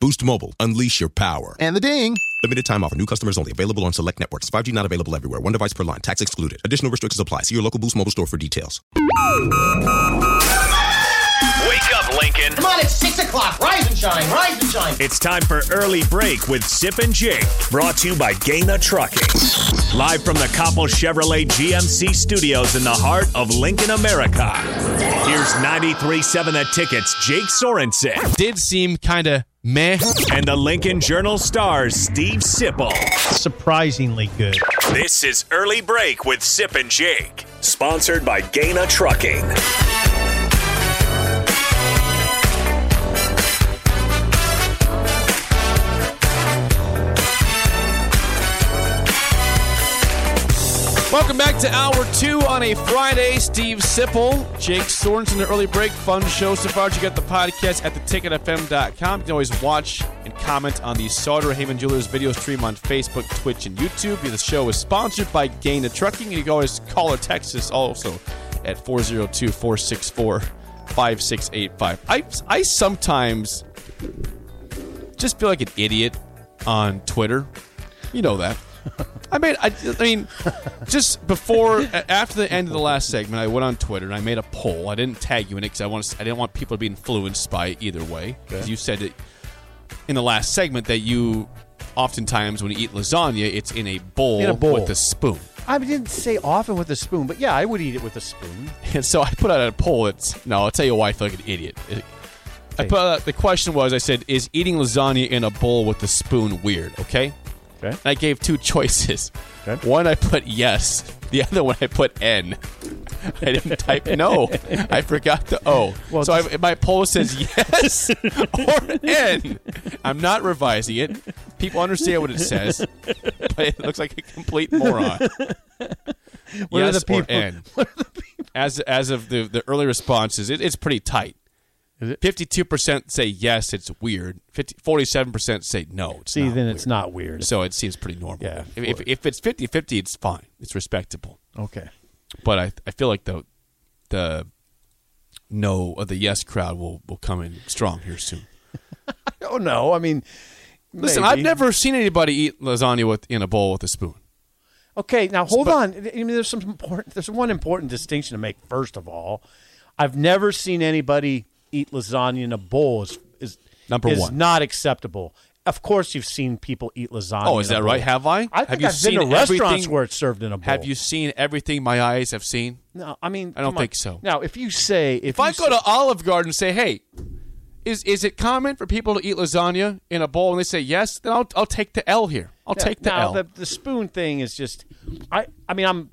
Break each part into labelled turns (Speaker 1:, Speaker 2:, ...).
Speaker 1: Boost Mobile, unleash your power.
Speaker 2: And the ding.
Speaker 1: Limited time offer, new customers only, available on select networks. 5G not available everywhere, one device per line, tax excluded. Additional restrictions apply. See your local Boost Mobile store for details.
Speaker 3: Wake up, Lincoln.
Speaker 4: Come on, it's 6 o'clock. Rise and shine, rise and shine.
Speaker 5: It's time for Early Break with Sip and Jake, brought to you by Gaina Trucking. Live from the Coppel Chevrolet GMC studios in the heart of Lincoln, America. Here's 93.7 The Ticket's Jake Sorensen
Speaker 6: did seem kind of meh.
Speaker 5: and the Lincoln Journal Star's Steve Sipple.
Speaker 7: surprisingly good.
Speaker 5: This is Early Break with Sip and Jake, sponsored by Gaina Trucking.
Speaker 6: Welcome back to hour two on a Friday. Steve Sipple, Jake Sorensen, the early break. Fun show so far. You got the podcast at theticketfm.com. You can always watch and comment on the Sauter Heyman Jewelers video stream on Facebook, Twitch, and YouTube. The show is sponsored by Gaina Trucking. You can always call or text us also at 402 464 5685. I sometimes just feel like an idiot on Twitter. You know that. I made. I, I mean, just before, a- after the end of the last segment, I went on Twitter and I made a poll. I didn't tag you in it because I want. I didn't want people to be influenced by either way. 'Cause You said that in the last segment that you oftentimes when you eat lasagna, it's in a bowl,
Speaker 7: In a bowl.
Speaker 6: with a spoon.
Speaker 7: I didn't say often with a spoon, but yeah, I would eat it with a spoon.
Speaker 6: And so I put out a poll. It's no. I'll tell you why I feel like an idiot. It- I put out, Uh, the question was I said, is eating lasagna in a bowl with a spoon weird? Okay.
Speaker 7: Okay.
Speaker 6: And I gave two choices.
Speaker 7: Okay.
Speaker 6: One I put yes. The other one I put N. I didn't type no. I forgot the O. so I, my poll says yes or N. I'm not revising it. People understand what it says, but it looks like a complete moron.
Speaker 7: What are
Speaker 6: yes
Speaker 7: the people-
Speaker 6: or N. As as of the the early responses, it, it's pretty tight.
Speaker 7: Is it?
Speaker 6: Fifty-two percent say yes, it's weird. 50 47 percent say no. It's
Speaker 7: See,
Speaker 6: not
Speaker 7: then
Speaker 6: weird.
Speaker 7: it's not weird.
Speaker 6: So it seems pretty normal.
Speaker 7: Yeah,
Speaker 6: If, if, if it's 50 50, it's fine. It's respectable.
Speaker 7: okay.
Speaker 6: But I, I feel like the the no or the yes crowd will, will come in strong here soon.
Speaker 7: Oh no, I mean,
Speaker 6: Listen,
Speaker 7: maybe.
Speaker 6: I've never seen anybody eat lasagna with in a bowl with a spoon.
Speaker 7: Okay, now hold on. I mean, there's some important. There's one important distinction to make. First of all, I've never seen anybody eat lasagna in a bowl. Is, is
Speaker 6: Number
Speaker 7: is
Speaker 6: one.
Speaker 7: not acceptable. Of course, you've seen people eat lasagna.
Speaker 6: Oh, is
Speaker 7: in a
Speaker 6: that right?
Speaker 7: bowl.
Speaker 6: Have
Speaker 7: I
Speaker 6: I?
Speaker 7: think
Speaker 6: Have you
Speaker 7: I've
Speaker 6: seen
Speaker 7: been to restaurants
Speaker 6: everything-
Speaker 7: where it's served in a bowl.
Speaker 6: Have you seen everything my eyes have seen?
Speaker 7: No, I mean,
Speaker 6: I don't
Speaker 7: come on.
Speaker 6: think so.
Speaker 7: Now, if you say if,
Speaker 6: If I
Speaker 7: you
Speaker 6: go
Speaker 7: say-
Speaker 6: to Olive Garden and say, hey, is, is it common for people to eat lasagna in a bowl and they say yes, then I'll, I'll take the L here. I'll take the
Speaker 7: now,
Speaker 6: L.
Speaker 7: The, the spoon thing is just, I I mean I'm,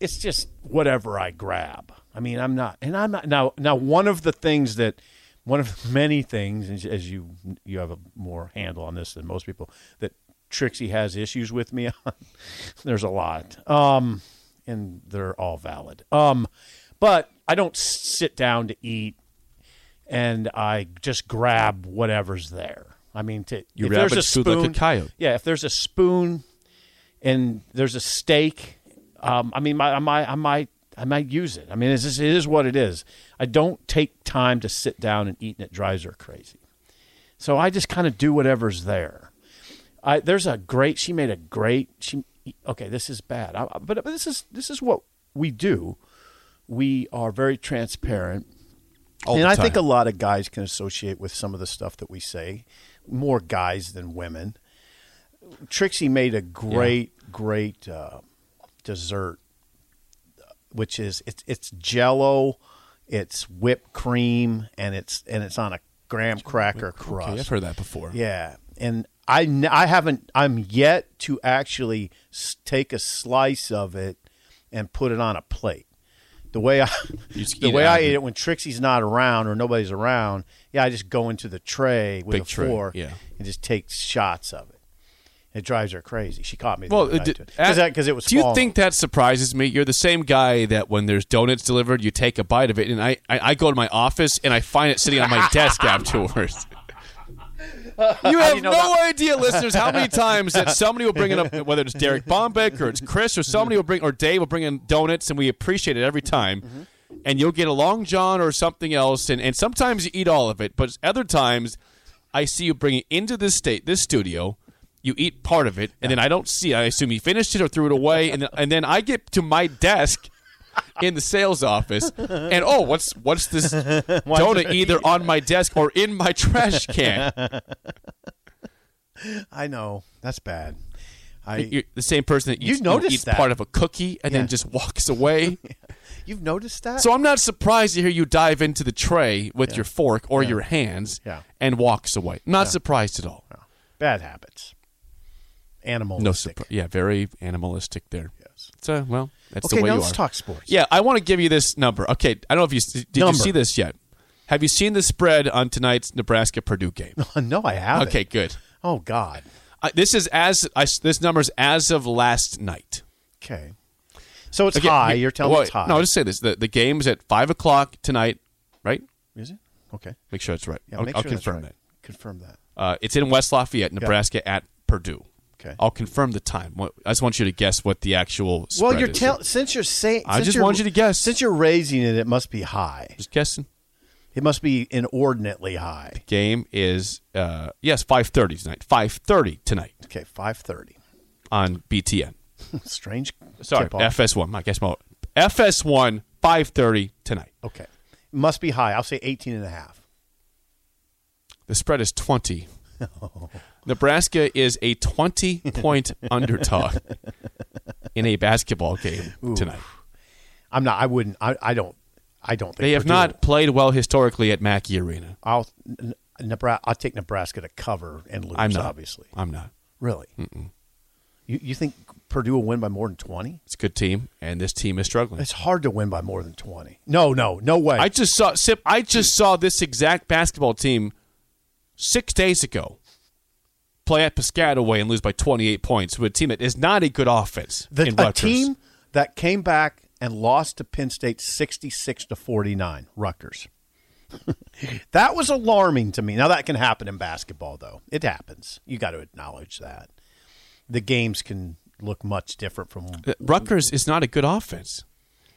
Speaker 7: it's just whatever I grab. I mean I'm not, and I'm not now. Now one of the things that, one of the many things, as- as you you have a more handle on this than most people, that Trixie has issues with me on. There's a lot, um, and they're all valid. Um, but I don't sit down to eat and I just grab whatever's there. I mean, to,
Speaker 6: You
Speaker 7: if there's a
Speaker 6: ravage food like a
Speaker 7: spoon,
Speaker 6: coyote.
Speaker 7: Yeah, if there's a spoon and there's a steak, um, I mean, my, I might, I might, I might use it. I mean, it's just, it is what it is. I don't take time to sit down and eat, and it drives her crazy. So I just kind of do whatever's there. I, there's a great. She made a great. She okay. This is bad. I, I- but, but this is this is what we do. We are very transparent and I think a lot of guys can associate with some of the stuff that we say, more guys than women. Trixie made a great, great uh, dessert, which is it's it's Jello, it's whipped cream, and it's and it's on a graham cracker crust.
Speaker 6: I've heard that before.
Speaker 7: Yeah, and I n- I haven't I'm yet to actually s- take a slice of it and put it on a plate. The way I
Speaker 6: just
Speaker 7: the
Speaker 6: eat
Speaker 7: way
Speaker 6: it out
Speaker 7: I
Speaker 6: of
Speaker 7: eat
Speaker 6: the-
Speaker 7: it when Trixie's not around or nobody's around, yeah, I just go into the tray with
Speaker 6: Big
Speaker 7: a
Speaker 6: tray,
Speaker 7: fork
Speaker 6: yeah.
Speaker 7: and just take shots of it. It drives her crazy. She caught me.
Speaker 6: Well,
Speaker 7: because it was.
Speaker 6: Do you
Speaker 7: falling.
Speaker 6: think that surprises me? You're the same guy that when there's donuts delivered, you take a bite of it, and I I, I go to my office and I find it sitting on my desk afterwards. You have no idea, listeners, how many times that somebody will bring it up, whether it's Derek Bombeck or it's Chris or somebody will bring or Dave will bring in donuts, and we appreciate it every time. And you'll get a long john or something else, and, and sometimes you eat all of it, but other times I see you bring it into this state, this studio. You eat part of it, and then I don't see. it. I assume you finished it or threw it away, and then, and then I get to my desk in the sales office, and oh, what's what's this donut either on my desk or in my trash can?
Speaker 7: I know that's bad. I
Speaker 6: You're the same person that
Speaker 7: You
Speaker 6: eats, who
Speaker 7: noticed
Speaker 6: eats
Speaker 7: that.
Speaker 6: part of a cookie and
Speaker 7: Yeah.
Speaker 6: then just walks away.
Speaker 7: you've noticed that.
Speaker 6: so I'm not surprised to hear you dive into the tray with your fork or your hands
Speaker 7: Yeah.
Speaker 6: and walks away. Not surprised at all.
Speaker 7: bad habits. Animal.
Speaker 6: No surprise. Yeah, very animalistic there. Yes. So well, that's
Speaker 7: Okay,
Speaker 6: the way
Speaker 7: now
Speaker 6: you
Speaker 7: let's
Speaker 6: are.
Speaker 7: talk sports.
Speaker 6: Yeah, I want to give you this number. Okay, I don't know if you s- did
Speaker 7: Number.
Speaker 6: you see this yet. Have you seen the spread on tonight's Nebraska Purdue game?
Speaker 7: no, I haven't.
Speaker 6: okay, good.
Speaker 7: Oh God.
Speaker 6: I, this is as I s this number's as of last night.
Speaker 7: Okay. So it's
Speaker 6: Again,
Speaker 7: high.
Speaker 6: we-
Speaker 7: You're telling
Speaker 6: well,
Speaker 7: me it's high.
Speaker 6: No, just say this. The the game's at five o'clock tonight, right?
Speaker 7: is it? Okay.
Speaker 6: Make sure that's right.
Speaker 7: Yeah,
Speaker 6: I'll,
Speaker 7: make
Speaker 6: I'll
Speaker 7: sure that's
Speaker 6: confirm
Speaker 7: right. Confirm that.
Speaker 6: that. Uh, it's in West Lafayette, Nebraska, at Purdue.
Speaker 7: Okay.
Speaker 6: I'll confirm the time. What- I just want you to guess what the actual.
Speaker 7: Well,
Speaker 6: spread
Speaker 7: you're
Speaker 6: is.
Speaker 7: tell since you're saying.
Speaker 6: I
Speaker 7: since
Speaker 6: just
Speaker 7: you're-
Speaker 6: wanted you to guess.
Speaker 7: Since you're raising it, it must be high.
Speaker 6: just guessing.
Speaker 7: It must be inordinately high.
Speaker 6: Game is uh, yes, five thirty tonight. Five thirty tonight
Speaker 7: Okay, five thirty.
Speaker 6: on BTN.
Speaker 7: Strange.
Speaker 6: Sorry,
Speaker 7: tip-off.
Speaker 6: FS1. My guess, my FS1, five thirty tonight.
Speaker 7: Okay. Must be high. I'll say 18 and a half.
Speaker 6: The spread is 20.
Speaker 7: Oh.
Speaker 6: Nebraska is a 20 point underdog in a basketball game tonight.
Speaker 7: I'm not I wouldn't I, I don't I don't think
Speaker 6: They have
Speaker 7: Purdue-
Speaker 6: not played well historically at Mackey Arena.
Speaker 7: I'll N- Nebraska I'll take Nebraska to cover and lose
Speaker 6: I'm not.
Speaker 7: obviously.
Speaker 6: I'm not.
Speaker 7: Really? You you think Purdue will win by more than 20?
Speaker 6: It's a good team, and this team is struggling.
Speaker 7: It's hard to win by more than 20. No, no, no way.
Speaker 6: I just saw Sip. I just saw this exact basketball team six days ago play at Piscataway and lose by 28 points with a team that is not a good offense.
Speaker 7: the,
Speaker 6: in
Speaker 7: a
Speaker 6: Rutgers.
Speaker 7: team that came back and lost to Penn State 66 to 49, Rutgers. that was alarming to me. Now that can happen in basketball though. It happens. You got to acknowledge that. The games can look much different from
Speaker 6: Uh, Rutgers is not a good offense.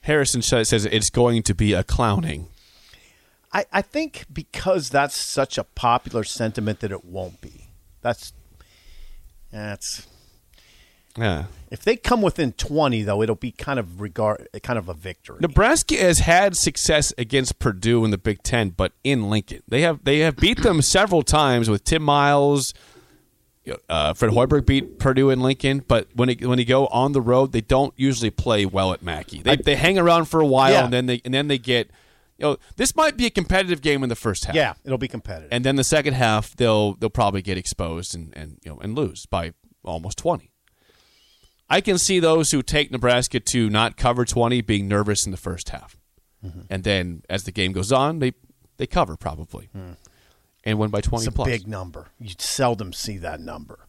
Speaker 6: Harrison sa- says it's going to be a clowning.
Speaker 7: I, I think because that's such a popular sentiment that it won't be. That's that's
Speaker 6: Yeah.
Speaker 7: if they come within 20 though, it'll be kind of regard kind of a victory.
Speaker 6: Nebraska has had success against Purdue in the Big Ten, but in Lincoln, they have they have beat them several times with Tim Miles. Uh, Fred Hoiberg beat Purdue in Lincoln, but when it, when you go on the road, they don't usually play well at Mackey. They, they hang around for a while
Speaker 7: Yeah.
Speaker 6: and then they and then they get. You know, this might be a competitive game in the first half.
Speaker 7: yeah, it'll be competitive.
Speaker 6: and then the second half they'll they'll probably get exposed and and you know and lose by almost 20 i can see those who take nebraska to not cover 20 being nervous in the first half
Speaker 7: Mm-hmm.
Speaker 6: and then as the game goes on they they cover probably and win by 20
Speaker 7: it's a
Speaker 6: plus
Speaker 7: Hmm. big number. You seldom see that number.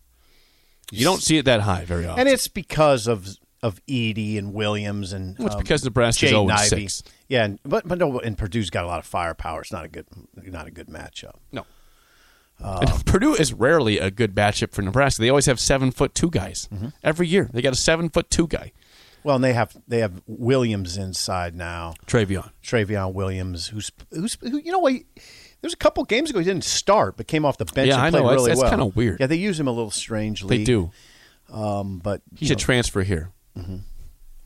Speaker 6: you don't see it that high very often
Speaker 7: And it's because of of Edie and Williams and
Speaker 6: Well, it's because Nebraska's
Speaker 7: Jaden
Speaker 6: 0 and
Speaker 7: Ivey.
Speaker 6: 6.
Speaker 7: Yeah, and, but but no, and Purdue's got a lot of firepower. It's not a good not a good matchup.
Speaker 6: no
Speaker 7: Uh,
Speaker 6: And Purdue is rarely a good matchup for Nebraska. They always have seven foot two guys
Speaker 7: Mm-hmm.
Speaker 6: every year. They got a seven foot two guy,
Speaker 7: Well, and they have they have Williams inside now.
Speaker 6: Travion.
Speaker 7: Travion Williams, who's who's who, you know what? There's a couple games ago he didn't start, but came off the bench
Speaker 6: Yeah,
Speaker 7: and
Speaker 6: I
Speaker 7: played
Speaker 6: know. That's-
Speaker 7: really
Speaker 6: that's
Speaker 7: well.
Speaker 6: kinda weird.
Speaker 7: Yeah, they use him a little strangely.
Speaker 6: They do.
Speaker 7: but
Speaker 6: He should transfer here.
Speaker 7: Mm-hmm.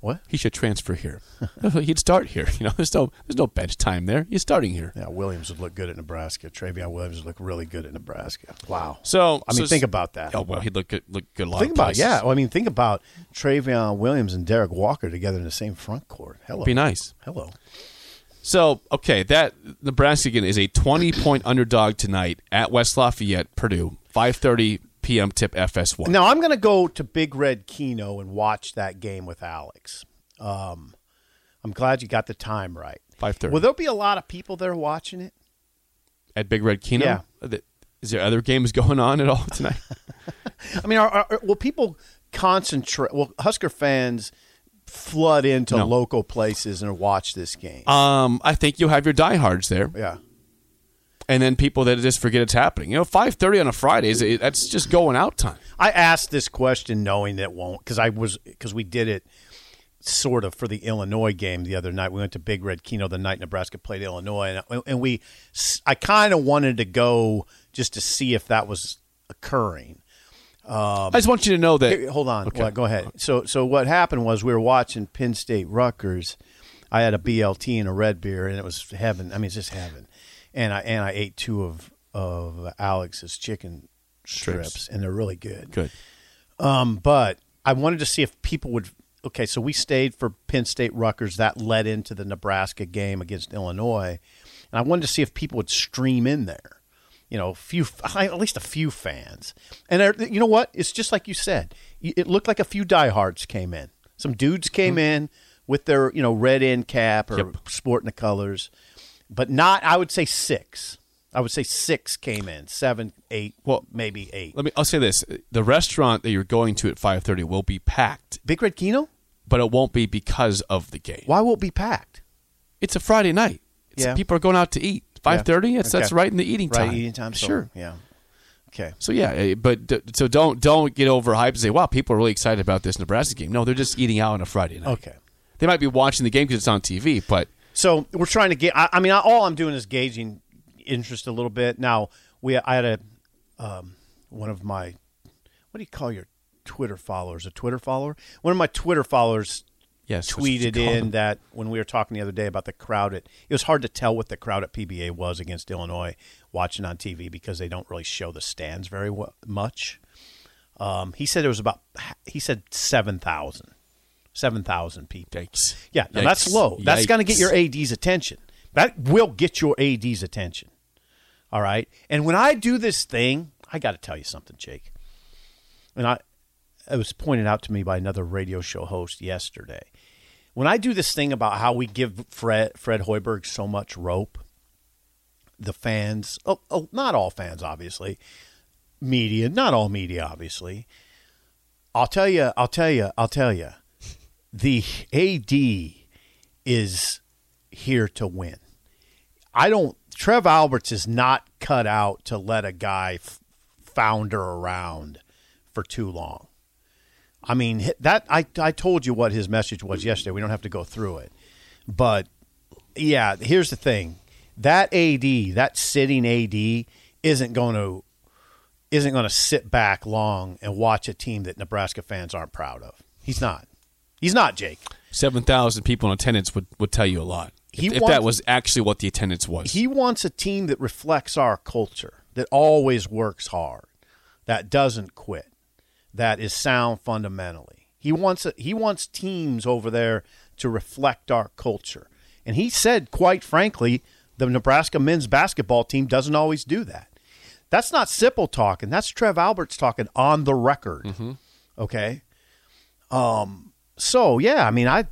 Speaker 7: What?
Speaker 6: He should transfer here. No, He'd start here. You know, there's no there's no bench time there. He's starting here.
Speaker 7: yeah, Williams would look good at Nebraska. Travion Williams would look really good at Nebraska. Wow.
Speaker 6: So
Speaker 7: I mean,
Speaker 6: so-
Speaker 7: think about that.
Speaker 6: Oh well, he'd look good, look good. A lot
Speaker 7: think
Speaker 6: of
Speaker 7: about
Speaker 6: places.
Speaker 7: yeah. Well, I mean, think about Travion Williams and Derek Walker together in the same front court. Hello,
Speaker 6: be nice.
Speaker 7: Hello.
Speaker 6: So okay, that Nebraska again is a 20 point underdog tonight at West Lafayette, Purdue, 5:30 p.m. Tip FS1.
Speaker 7: Now I'm going to go to Big Red Kino and watch that game with Alex. Um, I'm glad you got the time right.
Speaker 6: 5:30.
Speaker 7: Will there be a lot of people there watching it?
Speaker 6: at Big Red Kino.
Speaker 7: Yeah.
Speaker 6: Th- Is there other games going on at all tonight?
Speaker 7: I mean, are, are, will people concentrate? Will Husker fans flood into
Speaker 6: No.
Speaker 7: local places and watch this game?
Speaker 6: Um, I think you'll have your diehards there,
Speaker 7: yeah.
Speaker 6: and then people that just forget it's happening. You know, five thirty on a Friday is it- that's just going out time.
Speaker 7: I asked this question knowing that it won't because I was because we did it sort of for the Illinois game the other night. We went to Big Red Keno the night Nebraska played Illinois, and and we I kind of wanted to go just to see if that was occurring.
Speaker 6: I just want you to know that.
Speaker 7: Hey, hold on. Well, go ahead. So so what happened was we were watching Penn State Rutgers. I had a BLT and a red beer, and it was heaven. I mean, it's just heaven. And I and I ate two of of Alex's chicken strips, and they're really good.
Speaker 6: Good.
Speaker 7: Um, but I wanted to see if people would. Okay, so we stayed for Penn State Rutgers. That led into the Nebraska game against Illinois, and I wanted to see if people would stream in there. You know, a few at least a few fans, and there- you know what? It's just like you said. Y- It looked like a few diehards came in. Some dudes came in with their you know red end cap or sporting the colors, but not. I would say six. I would say six came in, seven, eight, well, maybe eight.
Speaker 6: Let me. I'll say this: the restaurant that you're going to at five thirty will be packed,
Speaker 7: Big Red Kino.
Speaker 6: but it won't be because of the game.
Speaker 7: Why won't it be packed?
Speaker 6: It's a Friday night. It's
Speaker 7: Yeah.
Speaker 6: People are going out to eat. Five thirty. It's that's
Speaker 7: Okay.
Speaker 6: right in the eating
Speaker 7: Right,
Speaker 6: time.
Speaker 7: eating time. so-
Speaker 6: Sure.
Speaker 7: Yeah. Okay.
Speaker 6: So yeah, eh, but d- so don't don't get overhyped and say, "Wow, people are really excited about this Nebraska game." No, they're just eating out on a Friday night.
Speaker 7: Okay.
Speaker 6: They might be watching the game because it's on TV, but
Speaker 7: So we're trying to get. I, I mean, I, all I'm doing is gauging interest a little bit. Now we, I had a um, one of my what do you call your Twitter followers? A Twitter follower? One of my Twitter followers
Speaker 6: yes, that's what you
Speaker 7: tweeted
Speaker 6: call
Speaker 7: in
Speaker 6: them.
Speaker 7: that when we were talking the other day about the crowd at it was hard to tell what the crowd at PBA was against Illinois watching on TV because they don't really show the stands very well, much. Um, he said it was about he said 7,000. 7,000 people.
Speaker 6: Yikes.
Speaker 7: Yeah, no, that's
Speaker 6: Yikes.
Speaker 7: low. That's going to get
Speaker 6: Yikes.
Speaker 7: your AD's attention. That will get your AD's attention. All right. And when I do this thing, I got to tell you something, Jake. And I, it was pointed out to me by another radio show host yesterday. When I do this thing about how we give Fred Fred Hoiberg so much rope, the fans, oh, oh not all fans, obviously, media, not all media, obviously. I'll tell you, I'll tell you, I'll tell you. The AD is here to win. I don't. Trev Alberts is not cut out to let a guy f- founder around for too long. I mean hi- that I I told you what his message was yesterday. We don't have to go through it, but yeah, here's the thing: that AD, that sitting AD, isn't going to isn't going to sit back long and watch a team that Nebraska fans aren't proud of. He's not. He's not Jake.
Speaker 6: seven thousand people in attendance would, would tell you a lot. If,
Speaker 7: He
Speaker 6: if
Speaker 7: wants-
Speaker 6: that was actually what the attendance was,
Speaker 7: He wants a team that reflects our culture, that always works hard, that doesn't quit, that is sound fundamentally. He wants a, he wants teams over there to reflect our culture. And he said quite frankly, the Nebraska men's basketball team doesn't always do that. That's not Sipple talking. That's Trev Alberts talking on the record. Okay. Um so yeah, I mean I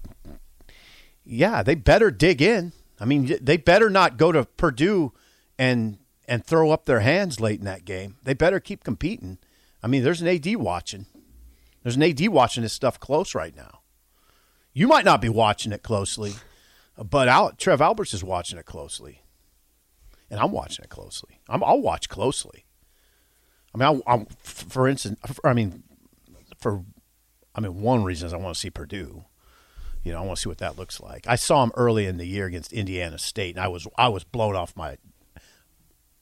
Speaker 7: yeah, they better dig in. I mean, they better not go to Purdue and and throw up their hands late in that game. They better keep competing. I mean, there's an AD watching. There's an AD watching this stuff close right now. You might not be watching it closely, but Al- Trev Alberts is watching it closely, and I'm watching it closely. I'm, I'll watch closely. I mean, I, I'm, for instance, I mean, for I mean, one reason is I want to see Purdue you know, I want to see what that looks like. I saw him early in the year against Indiana State, and I was I was blown off my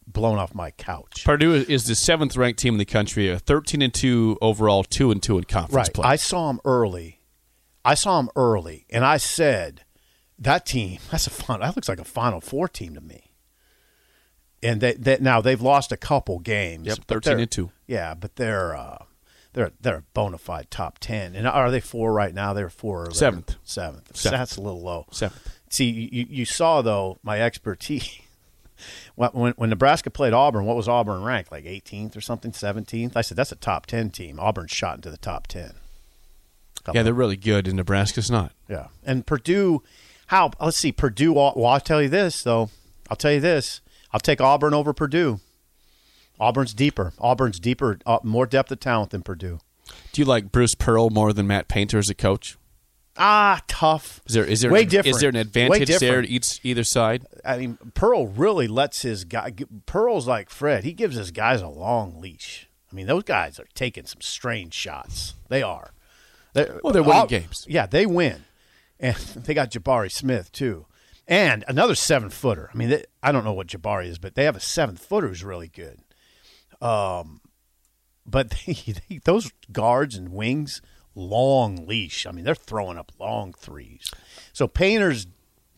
Speaker 7: blown off my couch.
Speaker 6: Purdue is the seventh ranked team in the country, a thirteen and two overall, two and two in conference
Speaker 7: Right.
Speaker 6: play.
Speaker 7: I saw him early. I saw him early, and I said, "That team, that's a final. That looks like a Final Four team to me." And they, they now they've lost a couple games.
Speaker 6: Yep,
Speaker 7: but
Speaker 6: 13 and
Speaker 7: they're-
Speaker 6: two.
Speaker 7: Yeah, but they're uh, they're they're a bona fide top ten. And are they four right now? They're four. or they're-
Speaker 6: Seventh.
Speaker 7: Seventh.
Speaker 6: Seventh.
Speaker 7: That's a little low.
Speaker 6: Seventh.
Speaker 7: See, you, you saw though my expertise. When- when, when Nebraska played Auburn, what was Auburn ranked? Like 18th or something, 17th? I said, that's a top 10 team. Auburn shot into the top 10.
Speaker 6: yeah, they're really good, and Nebraska's not.
Speaker 7: Yeah. And Purdue, how? Let's see. Purdue, well, I'll tell you this, though. I'll tell you this. I'll take Auburn over Purdue. Auburn's deeper. Auburn's deeper, uh, more depth of talent than Purdue.
Speaker 6: Do you like Bruce Pearl more than Matt Painter as a coach?
Speaker 7: Ah, tough.
Speaker 6: Is there is there
Speaker 7: way
Speaker 6: an,
Speaker 7: different?
Speaker 6: is there an
Speaker 7: Way
Speaker 6: advantage there
Speaker 7: different.
Speaker 6: to each either side?
Speaker 7: I mean, Pearl really lets his guy. Pearl's like Fred. He gives his guys a long leash. I mean, those guys are taking some strange shots. They are. They're,
Speaker 6: Well, they're winning games.
Speaker 7: Yeah, they win, and they got Jabari Smith too, and another seven footer. I mean, they, I don't know what Jabari is, but they have a seven footer who's really good. Um, but they, they, those guards and wings, long leash. I mean, they're throwing up long threes. So painters,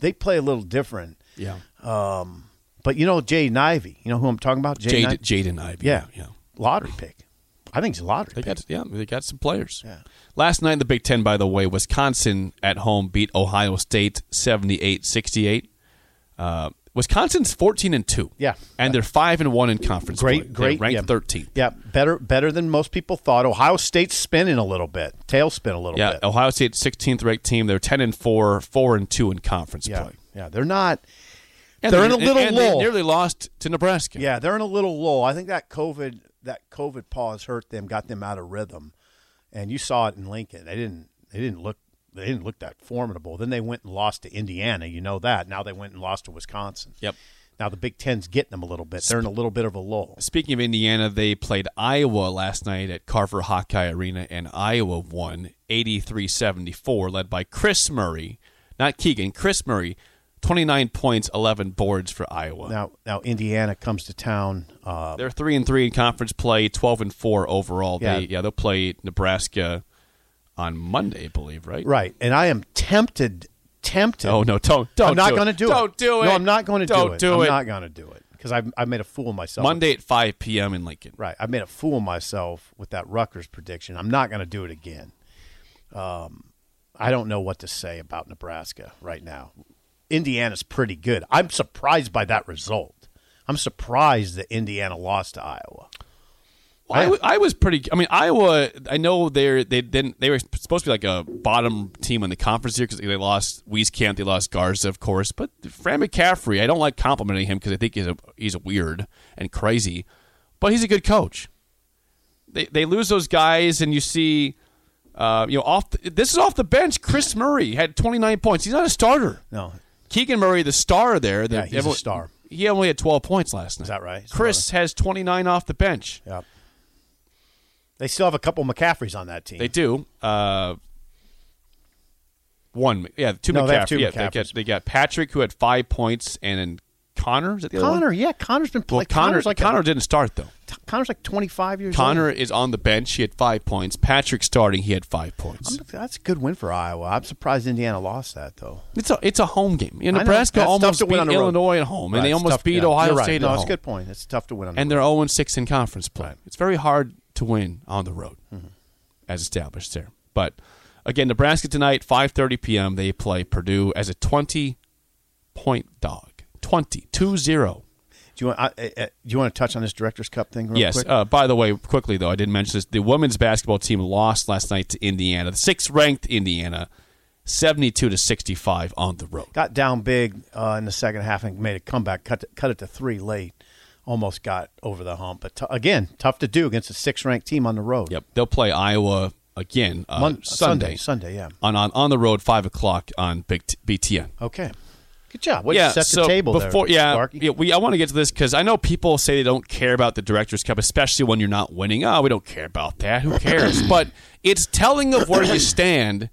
Speaker 7: they play a little different.
Speaker 6: Yeah,
Speaker 7: Um, But you know Jay Nivey, you know who I'm talking about? Jay
Speaker 6: Jade
Speaker 7: Nivey?
Speaker 6: Jaden Ivey.
Speaker 7: yeah,
Speaker 6: yeah.
Speaker 7: lottery pick. I think he's a lottery
Speaker 6: They
Speaker 7: pick.
Speaker 6: got yeah, they got some players.
Speaker 7: Yeah.
Speaker 6: Last night in the Big 10 by the way, Wisconsin at home beat Ohio State 78-68. Uh, Wisconsin's 14 and 2.
Speaker 7: Yeah.
Speaker 6: And they're 5 and 1 in conference play.
Speaker 7: Great,
Speaker 6: They're
Speaker 7: great,
Speaker 6: ranked
Speaker 7: yeah.
Speaker 6: 13th.
Speaker 7: Yeah, better, better than most people thought. Ohio State's spinning a little bit, tailspin a little
Speaker 6: Yeah,
Speaker 7: bit.
Speaker 6: Ohio State 16th ranked team. They're 10 and 4, 4 and 2 in conference
Speaker 7: yeah,
Speaker 6: play.
Speaker 7: yeah, they're not.
Speaker 6: And
Speaker 7: They're in a little
Speaker 6: and they
Speaker 7: lull.
Speaker 6: nearly lost to Nebraska.
Speaker 7: Yeah, they're in a little lull. I think that COVID, that COVID pause hurt them, got them out of rhythm, and you saw it in Lincoln. They didn't, they didn't look, they didn't look that formidable. Then they went and lost to Indiana. You know that. Now they went and lost to Wisconsin.
Speaker 6: Yep.
Speaker 7: Now the Big Ten's getting them a little bit. They're in a little bit of a lull.
Speaker 6: Speaking of Indiana, they played Iowa last night at Carver Hawkeye Arena, and Iowa won 83 74, led by Chris Murray, not Keegan, Chris Murray, 29 points, 11 boards for Iowa.
Speaker 7: Now, now Indiana comes to town. Uh,
Speaker 6: They're 3 and 3 in conference play, 12 and 4 overall.
Speaker 7: Yeah.
Speaker 6: They, yeah, they'll play Nebraska on Monday, I believe, right?
Speaker 7: right, and I am tempted, tempted.
Speaker 6: Oh, no, don't, don't.
Speaker 7: I'm not
Speaker 6: do
Speaker 7: going to
Speaker 6: it.
Speaker 7: do it.
Speaker 6: Don't do it.
Speaker 7: No, I'm not going to do it.
Speaker 6: Don't do
Speaker 7: I'm
Speaker 6: it.
Speaker 7: not going to do it because I've, I've made a fool of myself.
Speaker 6: Monday at 5 p.m. in Lincoln.
Speaker 7: Right. I made a fool of myself with that Rutgers prediction. I'm not going to do it again. Um, I don't know what to say about Nebraska right now. Indiana's pretty good. I'm surprised by that result. I'm surprised that Indiana lost to Iowa.
Speaker 6: Well, I, w- I was pretty. I mean, Iowa. I know they're they didn't. They were supposed to be like a bottom team in the conference here because they lost Wieskamp, they lost Garza, of course. But Fran McCaffrey, I don't like complimenting him because I think he's a he's weird and crazy, but he's a good coach. They they lose those guys, and you see, uh, you know, off the, this is off the bench. Chris Murray had 29 points. He's not a starter.
Speaker 7: No.
Speaker 6: Keegan Murray, the star there. The,
Speaker 7: Yeah, he's a star.
Speaker 6: He only had 12 points last night.
Speaker 7: that right? He's
Speaker 6: Chris has 29 off the bench.
Speaker 7: Yeah. They still have a couple McCaffreys on that team.
Speaker 6: They do. Uh, one, yeah, two
Speaker 7: No,
Speaker 6: McCaffrey.
Speaker 7: they have two
Speaker 6: yeah, they got,
Speaker 7: McCaffreys.
Speaker 6: they got Patrick who had five points, and then Connor. Is that the other one?
Speaker 7: Connor, yeah, Connor's been
Speaker 6: Well,
Speaker 7: playing.
Speaker 6: Connor,
Speaker 7: Connor's like
Speaker 6: Connor didn't start though.
Speaker 7: Connor's like 25 years
Speaker 6: Connor
Speaker 7: old.
Speaker 6: is on the bench. He had five points. Patrick starting. He had five points.
Speaker 7: That's a good win for Iowa. I'm surprised Indiana lost that though.
Speaker 6: It's a it's a home game. Yeah,
Speaker 7: know.
Speaker 6: Nebraska
Speaker 7: That's tough
Speaker 6: almost
Speaker 7: to
Speaker 6: beat
Speaker 7: win on the road.
Speaker 6: Illinois at home, and
Speaker 7: Right,
Speaker 6: they
Speaker 7: it's
Speaker 6: almost
Speaker 7: tough-
Speaker 6: beat
Speaker 7: yeah,
Speaker 6: Ohio
Speaker 7: you're right.
Speaker 6: State
Speaker 7: No,
Speaker 6: at
Speaker 7: that's
Speaker 6: home.
Speaker 7: a good point. It's tough to win on
Speaker 6: And
Speaker 7: the
Speaker 6: they're
Speaker 7: road.
Speaker 6: zero six in conference play. It's very hard to win on the road,
Speaker 7: Mm-hmm.
Speaker 6: as established there. But again, Nebraska tonight, five thirty p.m. They play Purdue as a twenty point dog. 20, 2-0.
Speaker 7: Do you want? I, I, I- do you want to touch on this Directors Cup thing? Real
Speaker 6: Yes.
Speaker 7: Quick?
Speaker 6: Uh, by the way, quickly though, I didn't mention this. The women's basketball team lost last night to Indiana, the sixth ranked Indiana, seventy two to sixty five on the road.
Speaker 7: got down big uh, in the second half and made a comeback. Cut cut it to three late. Almost got over the hump, but t- again, tough to do against a six-ranked team on the road.
Speaker 6: Yep. They'll play Iowa again uh,
Speaker 7: Mon-
Speaker 6: Sunday.
Speaker 7: Sunday, Sunday, yeah.
Speaker 6: On, on on the road, five o'clock on Big T- BTN.
Speaker 7: Okay. Good job. What you set the table
Speaker 6: before,
Speaker 7: there,
Speaker 6: yeah,
Speaker 7: Sparky?
Speaker 6: yeah, we. I want to get to this because I know people say they don't care about the Directors Cup, especially when you're not winning. Oh, we don't care about that. Who cares? but it's telling of where you stand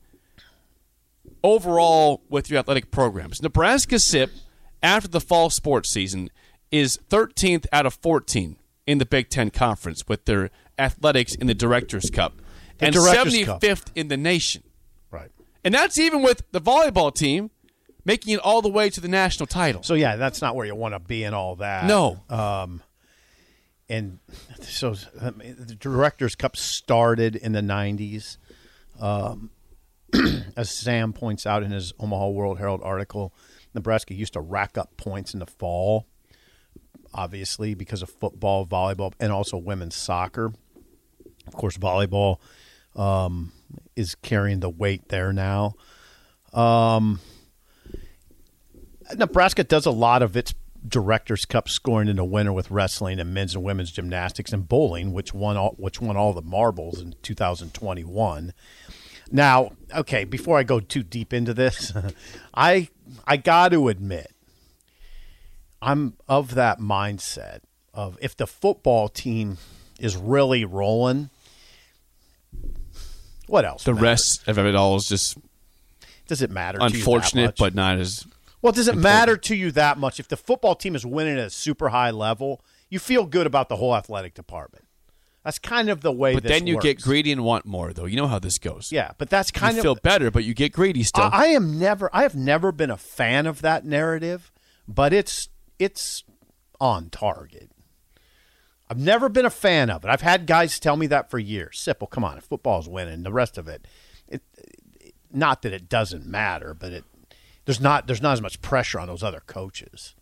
Speaker 6: overall with your athletic programs. Nebraska SIP after the fall sports season is 13th out of 14 in the Big Ten Conference with their athletics in the Directors Cup and
Speaker 7: Directors Cup.
Speaker 6: 75th in the nation.
Speaker 7: Right.
Speaker 6: And that's even with the volleyball team making it all the way to the national title.
Speaker 7: So yeah, that's not where you want to be and all that. Um,
Speaker 6: No.
Speaker 7: and so um, the Directors Cup started in the '90s, um, as Sam points out in his Omaha World Herald article. Nebraska used to rack up points in the fall, obviously because of football, volleyball, and also women's soccer. Of course, volleyball um, is carrying the weight there now. Nebraska does a lot of its Directors Cup scoring in the winter with wrestling and men's and women's gymnastics and bowling, which won all which won all the marbles in 2021. Now, okay, before I go too deep into this, I I got to admit I'm of that mindset of if the football team is really rolling, what else?
Speaker 6: The
Speaker 7: matters?
Speaker 6: rest of it all is just
Speaker 7: does it matter? to you that
Speaker 6: unfortunate,
Speaker 7: much?
Speaker 6: but not as
Speaker 7: Well, does it matter to you that much if the football team is winning at a super high level? You feel good about the whole athletic department. That's kind of the way.
Speaker 6: But
Speaker 7: this
Speaker 6: then you get
Speaker 7: works.
Speaker 6: greedy and want more, though. You know how this goes.
Speaker 7: Yeah, but that's
Speaker 6: you
Speaker 7: kind of.
Speaker 6: feel better, but you get greedy still.
Speaker 7: I, I am never. I have never been a fan of that narrative, but it's it's on target. I've never been a fan of it. I've had guys tell me that for years. Sipple, come on, if football's winning, the rest of it, it, it- not that it doesn't matter, but it there's not there's not as much pressure on those other coaches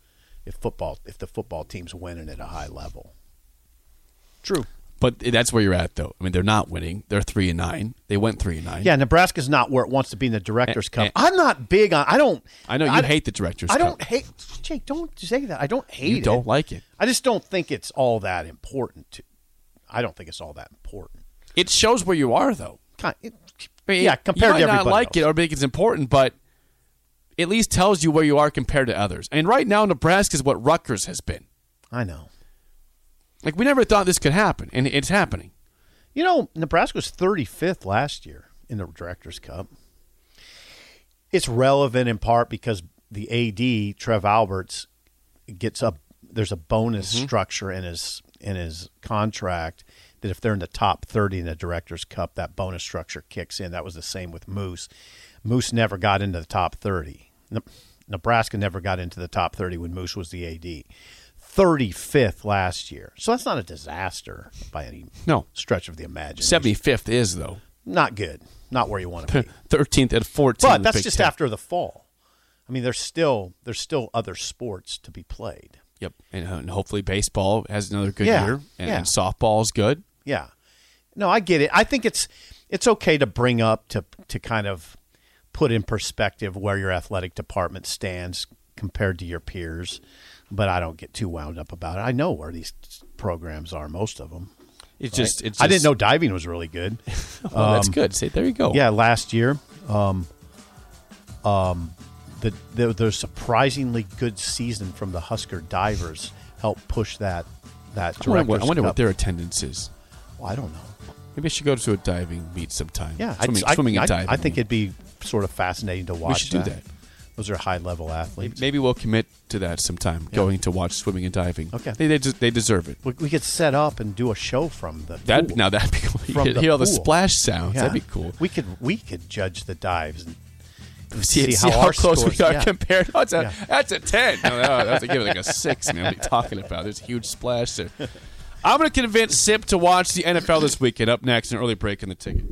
Speaker 7: if football if the football team's winning at a high level. True.
Speaker 6: but that's where you're at, though. I mean, they're not winning. They're three and nine. They went three and nine.
Speaker 7: Yeah, Nebraska's not where it wants to be in the Directors
Speaker 6: Eh, eh.
Speaker 7: Cup. I'm not big on. I don't.
Speaker 6: I know you hate the Directors
Speaker 7: I
Speaker 6: Cup.
Speaker 7: don't hate. Jake, don't say that. I don't hate
Speaker 6: you
Speaker 7: it.
Speaker 6: don't like it.
Speaker 7: I just don't think it's all that important. To, I don't think it's all that important.
Speaker 6: It shows where you are, though.
Speaker 7: Kind it,
Speaker 6: I mean,
Speaker 7: yeah, compared
Speaker 6: you might
Speaker 7: to everybody
Speaker 6: not like it
Speaker 7: else.
Speaker 6: or think it's important, but at least tells you where you are compared to others. And right now, Nebraska is what Rutgers has been.
Speaker 7: I know.
Speaker 6: Like we never thought this could happen, and it's happening.
Speaker 7: You know, Nebraska was 35th last year in the Directors Cup. It's relevant in part because the AD Trev Alberts gets up. There's a bonus structure in his in his contract that if they're in the top 30 in the Directors Cup, that bonus structure kicks in. That was the same with Moose. Moose never got into the top 30. Ne- Nebraska never got into the top 30 when Moose was the AD. 35th last year. So that's not a disaster by any
Speaker 6: No.
Speaker 7: stretch of the imagination.
Speaker 6: Seventy fifth is though
Speaker 7: Not good. Not where you want to be.
Speaker 6: thirteenth and fourteenth.
Speaker 7: But that's just after the fall. I mean, there's still there's still other sports to be played.
Speaker 6: Yep, and, uh, and hopefully baseball has another good
Speaker 7: Yeah,
Speaker 6: year, and,
Speaker 7: yeah.
Speaker 6: and softball's good.
Speaker 7: Yeah. No, I get it. I think it's it's okay to bring up to to kind of put in perspective where your athletic department stands compared to your peers, but I don't get too wound up about it. I know where these programs are, most of them.
Speaker 6: It's just, it's
Speaker 7: I didn't
Speaker 6: just-
Speaker 7: know diving was really good.
Speaker 6: Well, that's good. See, there you go.
Speaker 7: Yeah, last year. Um, um, the, the the surprisingly good season from the Husker divers helped push that that
Speaker 6: I wonder,
Speaker 7: director's
Speaker 6: what, I wonder what
Speaker 7: Cup.
Speaker 6: their attendance is.
Speaker 7: Well, I don't know.
Speaker 6: Maybe I should go to a diving meet sometime.
Speaker 7: Yeah, I'd-
Speaker 6: swimming,
Speaker 7: I,
Speaker 6: swimming
Speaker 7: I,
Speaker 6: and diving.
Speaker 7: I think it'd be sort of fascinating to watch.
Speaker 6: should do that.
Speaker 7: Those are high level athletes.
Speaker 6: Maybe we'll commit to that sometime. Going to watch swimming and diving.
Speaker 7: Okay.
Speaker 6: they they, des- they deserve it.
Speaker 7: we, we could set up and do a show from the
Speaker 6: That
Speaker 7: pool.
Speaker 6: now that'd be cool. You
Speaker 7: From
Speaker 6: could
Speaker 7: the
Speaker 6: hear all the
Speaker 7: pool.
Speaker 6: splash sounds.
Speaker 7: Yeah.
Speaker 6: That'd be cool.
Speaker 7: We could we could judge the dives and and
Speaker 6: see, see how,
Speaker 7: our
Speaker 6: close
Speaker 7: scores-
Speaker 6: we are
Speaker 7: yeah.
Speaker 6: compared. Oh, it's a,
Speaker 7: Yeah.
Speaker 6: That's a ten. No, no, that's a give it like a six, man. What are you talking about? There's a huge splash there. I'm going to convince Sip to watch the NFL this weekend. Up next, an early break in the ticket.